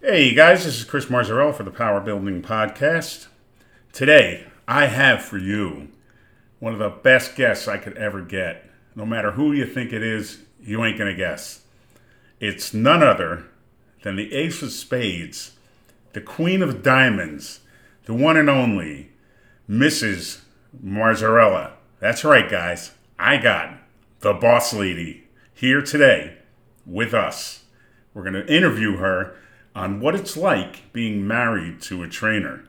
Hey, you guys, this is Chris Marzarella for the Power Building Podcast. Today, I have for you one of the best guests I could ever get. No matter who you think it is, you ain't going to guess. It's none other than the Ace of Spades, the Queen of Diamonds, the one and only Mrs. Marzarella. That's right, guys. I got the boss lady here today with us. We're going to interview her on what it's like being married to a trainer.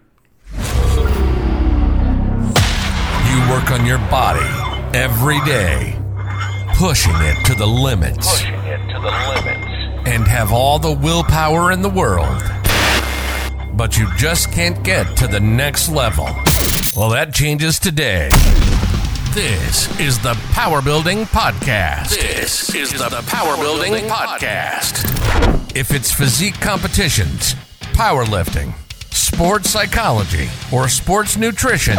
You work on your body every day, pushing it to the limits, pushing it to the limits. and have all the willpower in the world. But you just can't get to the next level. Well, that changes today. This is the Power Building Podcast. This is the Power Building Podcast. If it's physique competitions, powerlifting, sports psychology, or sports nutrition,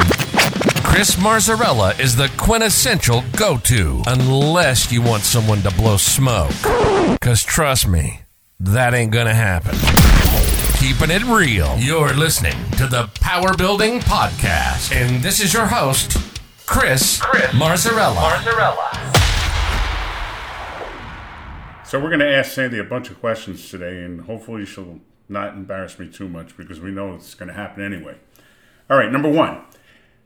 Chris Marzarella is the quintessential go to, unless you want someone to blow smoke. Because trust me, that ain't gonna happen. Keeping it real. You're listening to the Power Building Podcast, and this is your host, Chris, Marzarella. Marzarella. So we're going to ask Sandy a bunch of questions today, and hopefully she'll not embarrass me too much because we know it's going to happen anyway. All right, number one,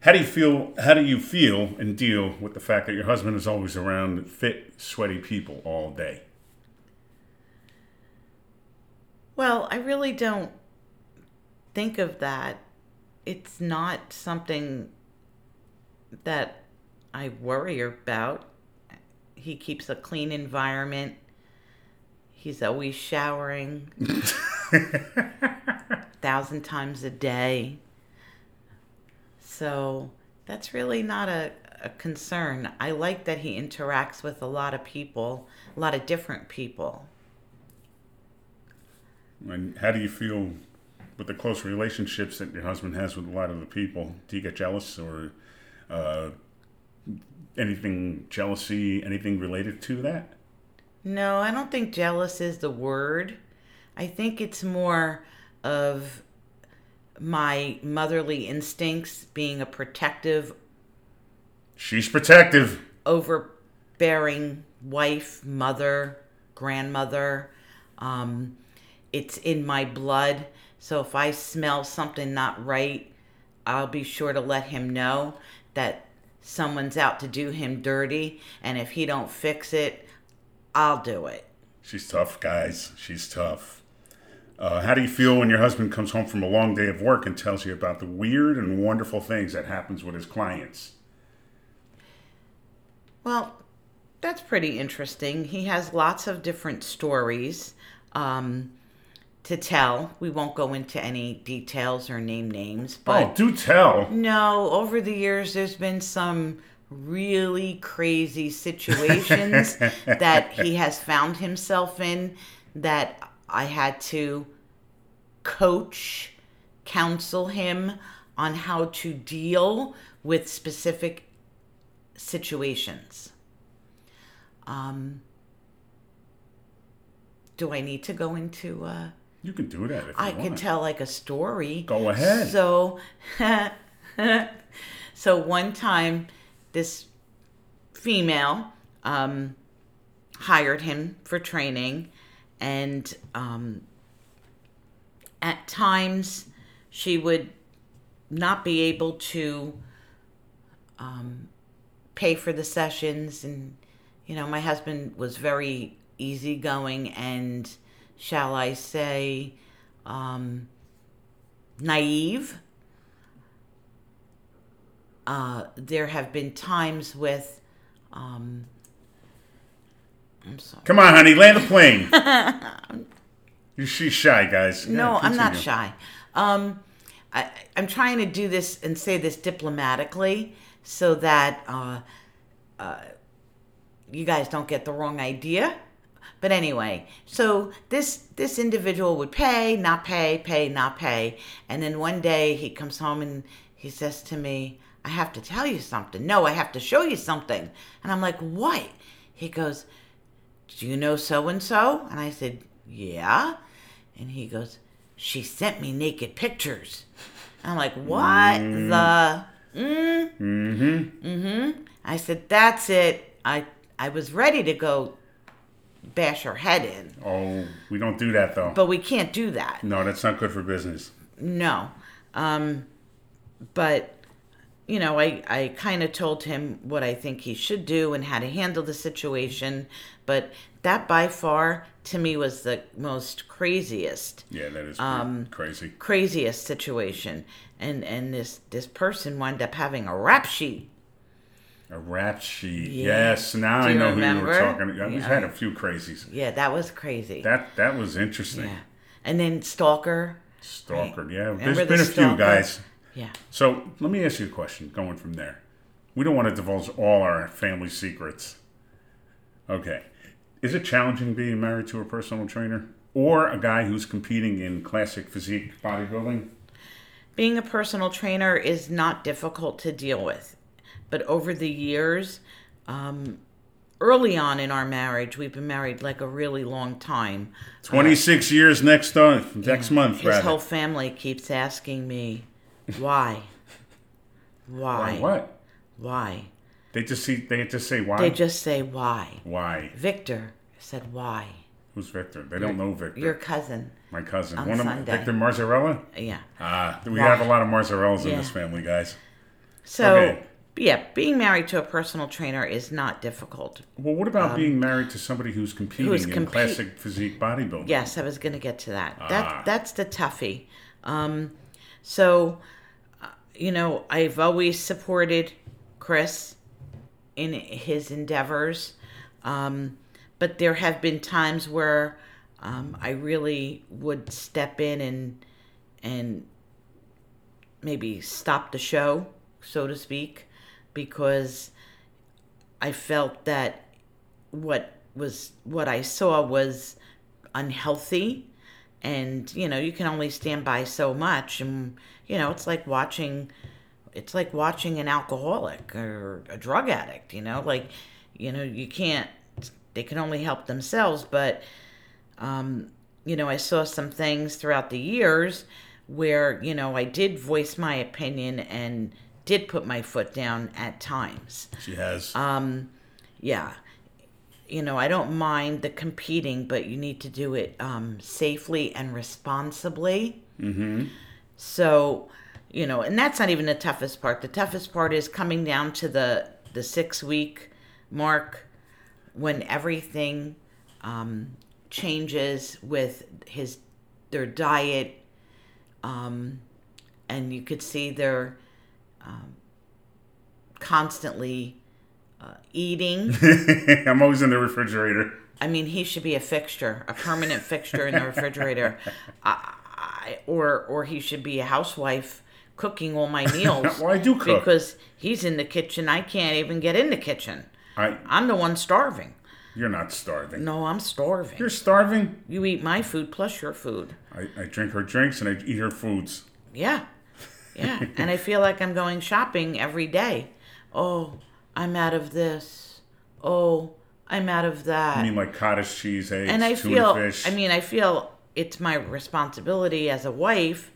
how do you feel? How do you feel and deal with the fact that your husband is always around fit, sweaty people all day? Well, I really don't think of that. It's not something that I worry about. He keeps a clean environment. He's always showering thousand times a day. So that's really not a, a concern. I like that he interacts with a lot of people, a lot of different people. And how do you feel with the close relationships that your husband has with a lot of the people? Do you get jealous or uh, anything jealousy, anything related to that? No, I don't think jealous is the word. I think it's more of my motherly instincts being a protective, She's protective. overbearing wife, mother, grandmother. Um, it's in my blood. So if I smell something not right, I'll be sure to let him know that someone's out to do him dirty. And if he don't fix it, I'll do it. She's tough, guys. She's tough. Uh, how do you feel when your husband comes home from a long day of work and tells you about the weird and wonderful things that happens with his clients? Well, that's pretty interesting. He has lots of different stories um, to tell. We won't go into any details or name names, Oh, but do tell. no, over the years, there's been some really crazy situations that he has found himself in that I had to coach, counsel him on how to deal with specific situations. Um, do I need to go into? Uh, You can do that if you I want. can tell like a story. Go ahead. So, so one time, this female um, hired him for training, and um, at times she would not be able to um, pay for the sessions and you know my husband was very easygoing and shall i say um, naive uh, there have been times with um, i'm sorry Come on, honey, land the plane. you, she's shy, guys. Yeah, no, I'm not continue. shy. Um, I, I'm trying to do this and say this diplomatically so that uh, uh, you guys don't get the wrong idea. But anyway, so this this individual would pay, not pay, pay, not pay, and then one day he comes home and he says to me, "I have to tell you something. No, I have to show you something." And I'm like, "What?" He goes, do you know so and so? And I said, yeah. And he goes, she sent me naked pictures. I'm like, what the? Mm-hmm. I said, that's it. I I was ready to go bash her head in, Oh, we don't do that though. but we can't do that. no, that's not good for business. No. Um, but, you know, I, I kind of told him what I think he should do and how to handle the situation. But that by far, to me, was the most craziest, Yeah, that is Um, crazy. craziest situation. And, and this, this person wound up having a rap sheet. A rap sheet. Yeah. Yes, now Do I you know who you were remember? talking about. We've Yeah. had a few crazies. Yeah, that was crazy. That that was interesting. yeah. And then Stalker. Stalker. Right. Yeah, Remember there's been the a few stalker? guys. Yeah. So let me ask you a question. Going from there, we don't want to divulge all our family secrets. Okay, is it challenging being married to a personal trainer or a guy who's competing in classic physique Uh, bodybuilding? Being a personal trainer is not difficult to deal with, but over the years, um, early on in our marriage, we've been married like a really long time. Twenty six years next month. Next month, His rather. whole family keeps asking me, why? Why? Why what? Why? They just see. They just say why. They just say, why? why? Victor said, why? Who's Victor? They don't know Victor. Your cousin. My cousin. On One of Sunday. Victor Marzarella? Yeah. Ah, we Wow. have a lot of Marzarellas in Yeah. this family, guys. So, Okay. yeah, being married to a personal trainer is not difficult. Well, what about being married to somebody who's competing Um, who's in compete- classic physique bodybuilding? Yes, I was going to get to that. Ah. That that's the toughie. Um, so, uh, you know, I've always supported Chris in his endeavors, um, but there have been times where um, I really would step in and and maybe stop the show, so to speak, because I felt that what was what I saw was unhealthy and you know you can only stand by so much and you know it's like watching it's like watching an alcoholic or a drug addict you know like you know you can't they can only help themselves but um you know I saw some things throughout the years where you know I did voice my opinion and did put my foot down at times She has. Um, yeah you know i don't mind the competing but you need to do it um, safely and responsibly mm-hmm. so you know and that's not even the toughest part the toughest part is coming down to the the six week mark when everything um, changes with his their diet um, and you could see they're um, constantly uh, eating I'm always in the refrigerator. I mean, he should be a fixture, a permanent fixture in the refrigerator, I, I, or or he should be a housewife cooking all my meals. Well, I do cook. because he's in the kitchen. I can't even get in the kitchen. I, I'm the one starving. you're not starving. No, I'm starving. You're starving. you eat my food plus your food. I, I drink her drinks and I eat her foods. Yeah, yeah. and I feel like I'm going shopping every day. Oh, I'm out of this. Oh, I'm out of that. I mean, like cottage cheese, eggs, and I tuna feel, fish. I mean, I feel it's my responsibility as a wife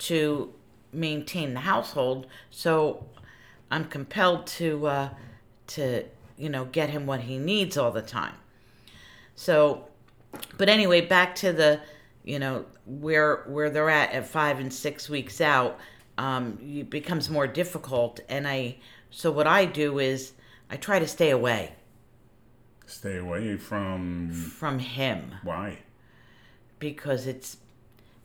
to maintain the household. So I'm compelled to, uh, to you know, get him what he needs all the time. So, but anyway, back to the, you know, where where they're at at five and six weeks out, um, it becomes more difficult. And I, so what I do is I try to stay away stay away from from him. why? because it's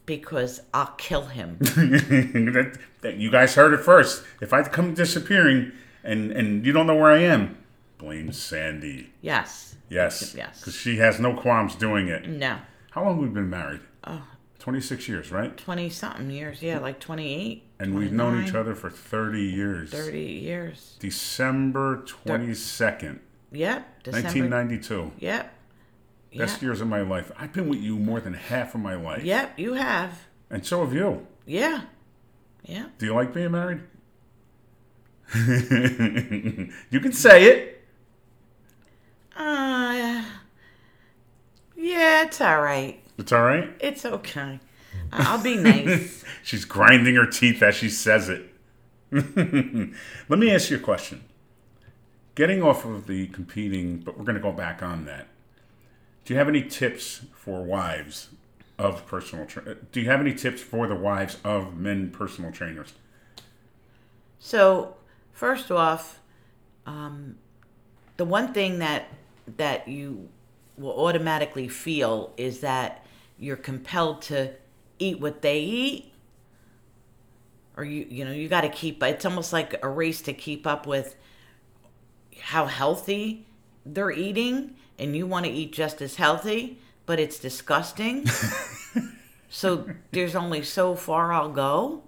because I'll kill him. that, that you guys heard it first. If I come disappearing and and you don't know where I am, blame Sandy. yes. Yes. Yes. Mm. Because she has no qualms doing it. No. How long we've been married? Oh. 26 years, right? Twenty something years, yeah, like 28, And we've known each 29, other for 30 years. 30 years. December 22nd, Yep. December. 1992. Yep. Best Yep. years of my life. I've been with you more than half of my life. Yep, you have. And so have you. Yeah. Yeah. Do you like being married? you can say it. Uh, yeah, it's all right. It's all right. It's okay. I'll be nice. She's grinding her teeth as she says it. Let me ask you a question. Getting off of the competing, but we're going to go back on that. Do you have any tips for wives of personal? Tra- do you have any tips for the wives of men personal trainers? So, first off, um, the one thing that that you will automatically feel is that you're compelled to eat what they eat, or you you know you got to keep. It's almost like a race to keep up with how healthy they're eating, and you want to eat just as healthy, but it's disgusting. so there's only so far I'll go.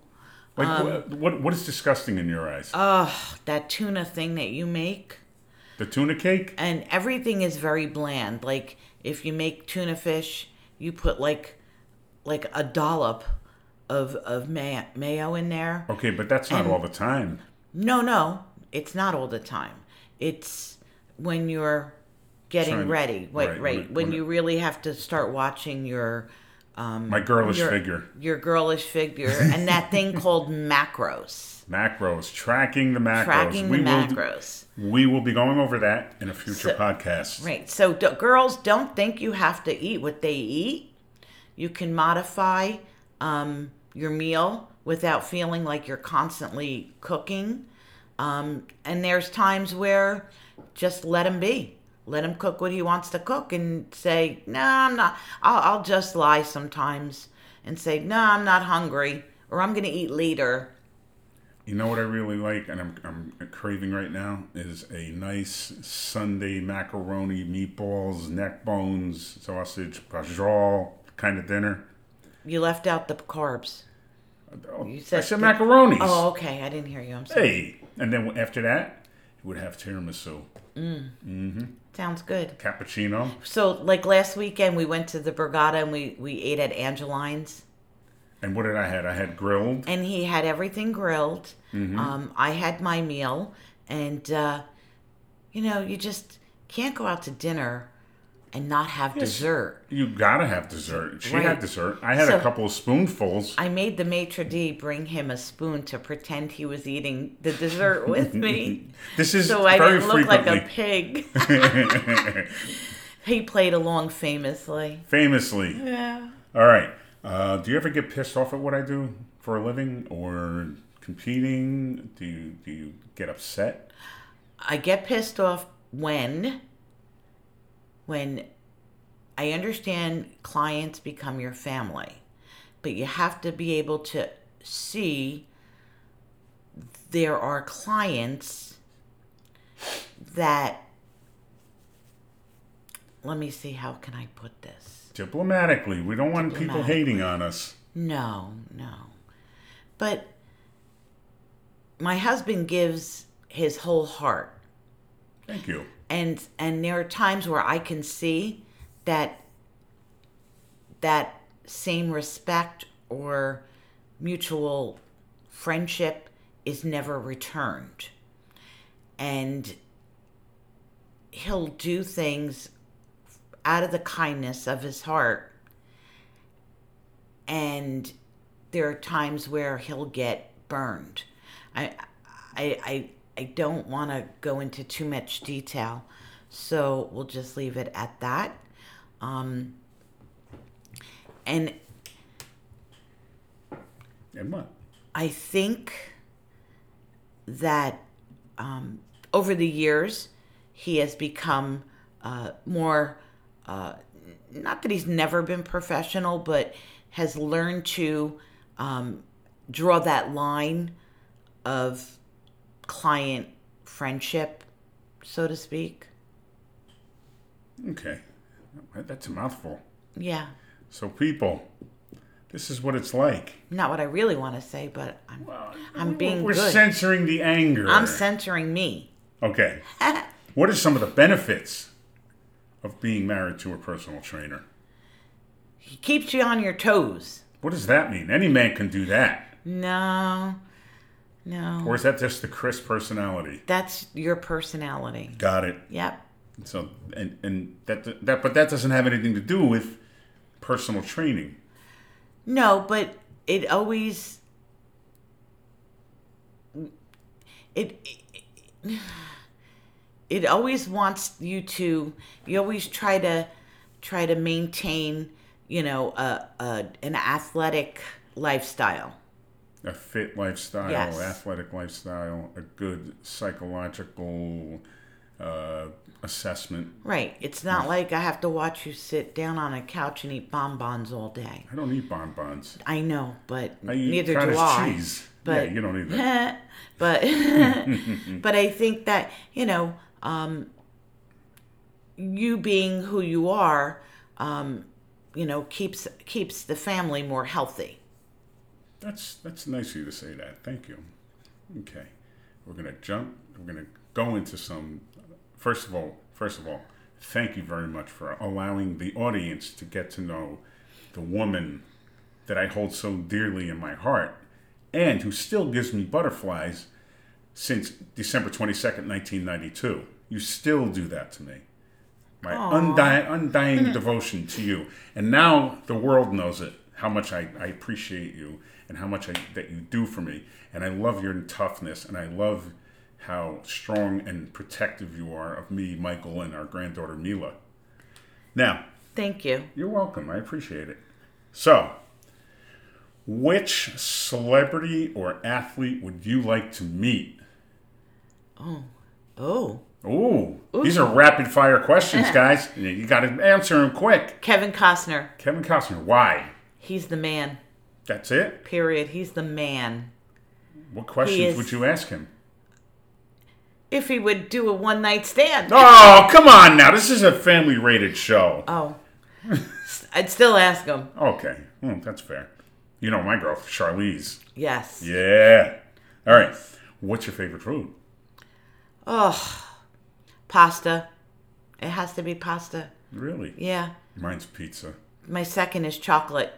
Like Um, wh- what? What is disgusting in your eyes? Oh, that tuna thing that you make. the tuna cake? and everything is very bland. Like if you make tuna fish, you put like like a dollop of of may- mayo in there. Okay, but that's not and- all the time. No, no, it's not all the time. It's when you're getting Trying- ready. Wait, right, right, when it- when when it- you really have to start watching your um My girlish your- figure, your girlish figure, and that thing called macros, macros, macros, tracking the macros. tracking the will, macros. We will be going over that in a future So- podcast. Right. So d- girls don't think you have to eat what they eat. You can modify um, your meal without feeling like you're constantly cooking. Um, and there's times where just let him be. Let him cook what he wants to cook and say, no, I'm not. I'll, I'll just lie sometimes and say, no, I'm not hungry or I'm going to eat later. You know what I really like, and I'm, I'm craving right now, is a nice Sunday macaroni, meatballs, neck bones, sausage, pajol kind of dinner. You left out the carbs. Oh, You I said said the- macaronis. Oh, okay. I didn't hear you. I'm sorry. Hey, and then after that, you would have tiramisu, Sounds good. cappuccino. So, like last weekend, we went to the Borgata and we we ate at Angeline's, And what did I had? I had grilled. and he had everything grilled. Mm-hmm. Um, I had my meal, and uh, you know, you just can't go out to dinner and not have dessert. You gotta have dessert. She had Right. dessert. I had a So- couple of spoonfuls. I made the maitre d bring him a spoon to pretend he was eating the dessert with me, This is so I very didn't look like frequently, a pig. he played along famously. famously. Yeah. All right. Uh, do you ever get pissed off at what I do for a living or competing? Do you do you get upset? I get pissed off when when I understand clients become your family, but you have to be able to see there are clients that let me see how can I put this? Diplomatically, we don't want people hating on us. No, no. But my husband gives his whole heart Thank you. and and there are times where I can see that that same respect or mutual friendship is never returned and he'll do things out of the kindness of his heart and there are times where he'll get burned i i i, I don't want to go into too much detail so we'll just leave it at that um and And what? I think that um, over the years, he has become uh, more, uh, not that he's never been professional, but has learned to um, draw that line of client friendship, so to speak. Okay, that's a mouthful. Yeah. So people, this is what it's like. Not what I really want to say, but I'm, I'm being We're good. censoring the anger. I'm censoring me. okay. what are some of the benefits of being married to a personal trainer? He keeps you on your toes. What does that mean? Any man can do that, No, no. or is that just the Chris personality? That's your personality. Got it. Yep. So and and that that but that doesn't have anything to do with personal training. No, but it always it it, it always wants you to you always try to try to maintain, you know, a, a an athletic lifestyle. A fit lifestyle, Yes. athletic lifestyle, a good psychological uh, assessment. Right. It's not like I have to watch you sit down on a couch and eat bonbons all day. I don't eat bonbons. I know, but I eat neither cottage do I. cheese. But yeah, you don't eat that. but but I think that you know um, you being who you are, um, you know keeps keeps the family more healthy. That's that's nice of you to say that. Thank you. Okay, we're gonna jump. We're gonna go into some. First of all, first of all, thank you very much for allowing the audience to get to know the woman that I hold so dearly in my heart, and who still gives me butterflies since December twenty second, nineteen ninety two. You still do that to me. My undying, undying devotion to you, and now the world knows it. How much I, I appreciate you, and how much I, that you do for me, and I love your toughness, and I love how strong and protective you are of me, Michael, and our granddaughter Mila. Now, Thank you. you're welcome. I appreciate it. So, which celebrity or athlete would you like to meet? Oh, Ooh, these are rapid fire questions, guys. You got to answer them quick. Kevin Costner, Kevin Costner, why? he's the man. That's it? Period. He's the man. What questions is- would you ask him? If he would do a one night stand. Oh, come on now. This is a family rated show. Oh, S- I'd still ask him. Okay, Hmm, that's fair. You know my girl, Charlize. Yes. Yeah. All right. What's your favorite food? Oh, pasta. It has to be pasta. Really? Yeah. Mine's pizza. My second is chocolate.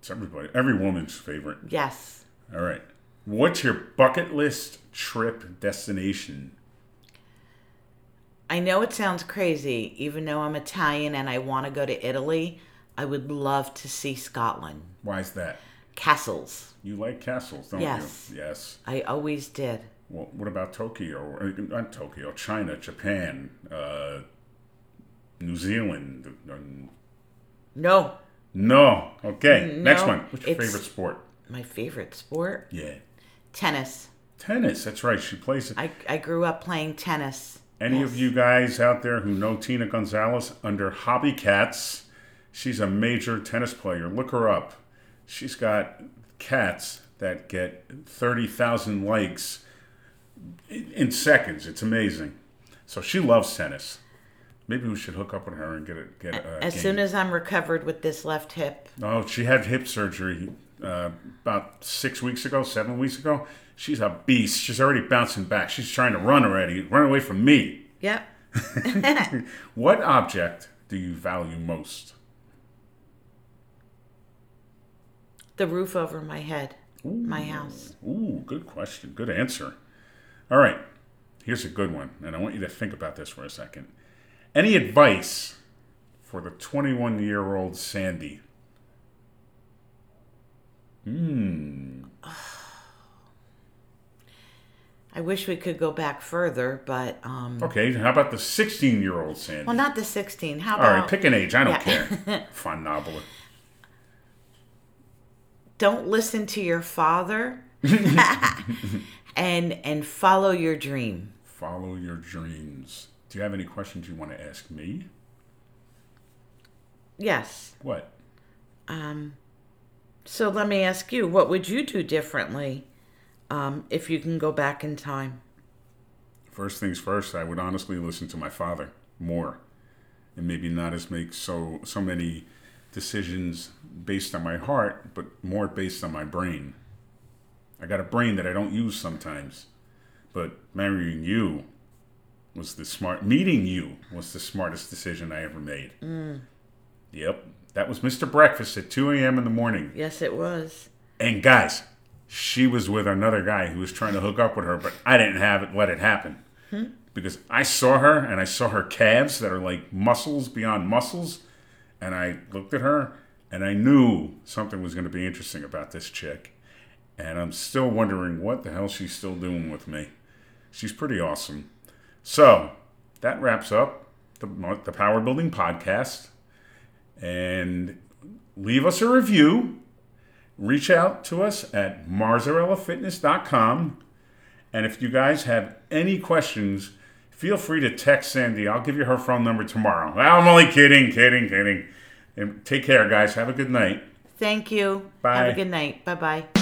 It's everybody, every woman's favorite. Yes. All right. What's your bucket list trip destination? I know it sounds crazy, even though I'm Italian and I want to go to Italy. I would love to see Scotland. Why's that? Castles. You like castles, don't Yes. you? Yes. I always did. Well, what about Tokyo? Or, not Tokyo, China, Japan, uh, New Zealand. um, No, No. Okay. Next Mm, No, one. What's your it's- favorite sport? my favorite sport? Yeah. Tennis. Tennis. That's right. She plays it. I, I grew up playing tennis. Any of you guys out there who know Tina Gonzalez under Hobby Cats, she's a major tennis player. Look her up. She's got cats that get 30,000 likes in in seconds. It's amazing. So she loves tennis. Maybe we should hook up with her and get it. Get a As game. soon as I'm recovered with this left hip, Oh, she had hip surgery uh, about six weeks ago, seven weeks ago. She's a beast. She's already bouncing back. She's trying to run already. Run away from me. yep, What object do you value most? the roof over my head, my house. Ooh, good question. Good answer. All right. Here's a good one, and I want you to think about this for a second. Any advice for the 21 year old Sandy? I wish we could go back further, but um, Okay, how about the 16 year old Sandy? well, not the 16. How All about right, pick an age. I don't Yeah. care. Fun novel. don't listen to your father and and follow your dream Follow your dreams. Do you have any questions you want to ask me? yes What? so let me ask you what would you do differently um, if you can go back in time First things first, I would honestly listen to my father more and maybe not as make so so many decisions based on my heart, but more based on my brain. I got a brain that I don't use sometimes. But marrying you was the smart meeting you was the smartest decision I ever made. Yep. That was Mr. Breakfast at 2 a.m. in the morning. yes it was And guys, she was with another guy who was trying to hook up with her, but I didn't have it let it happen. Because I saw her and I saw her calves that are like muscles beyond muscles, and I looked at her And I knew something was going to be interesting about this chick. And I'm still wondering what the hell she's still doing with me. She's pretty awesome. So that wraps up the, mo- the Power Building Podcast. And leave us a review. Reach out to us at marzarellafitness.com. And if you guys have any questions, feel free to text Sandy. I'll give you her phone number tomorrow. I'm only kidding, kidding, kidding. And take care, guys. Have a good night. Thank you. Bye. Have a good night. Bye bye.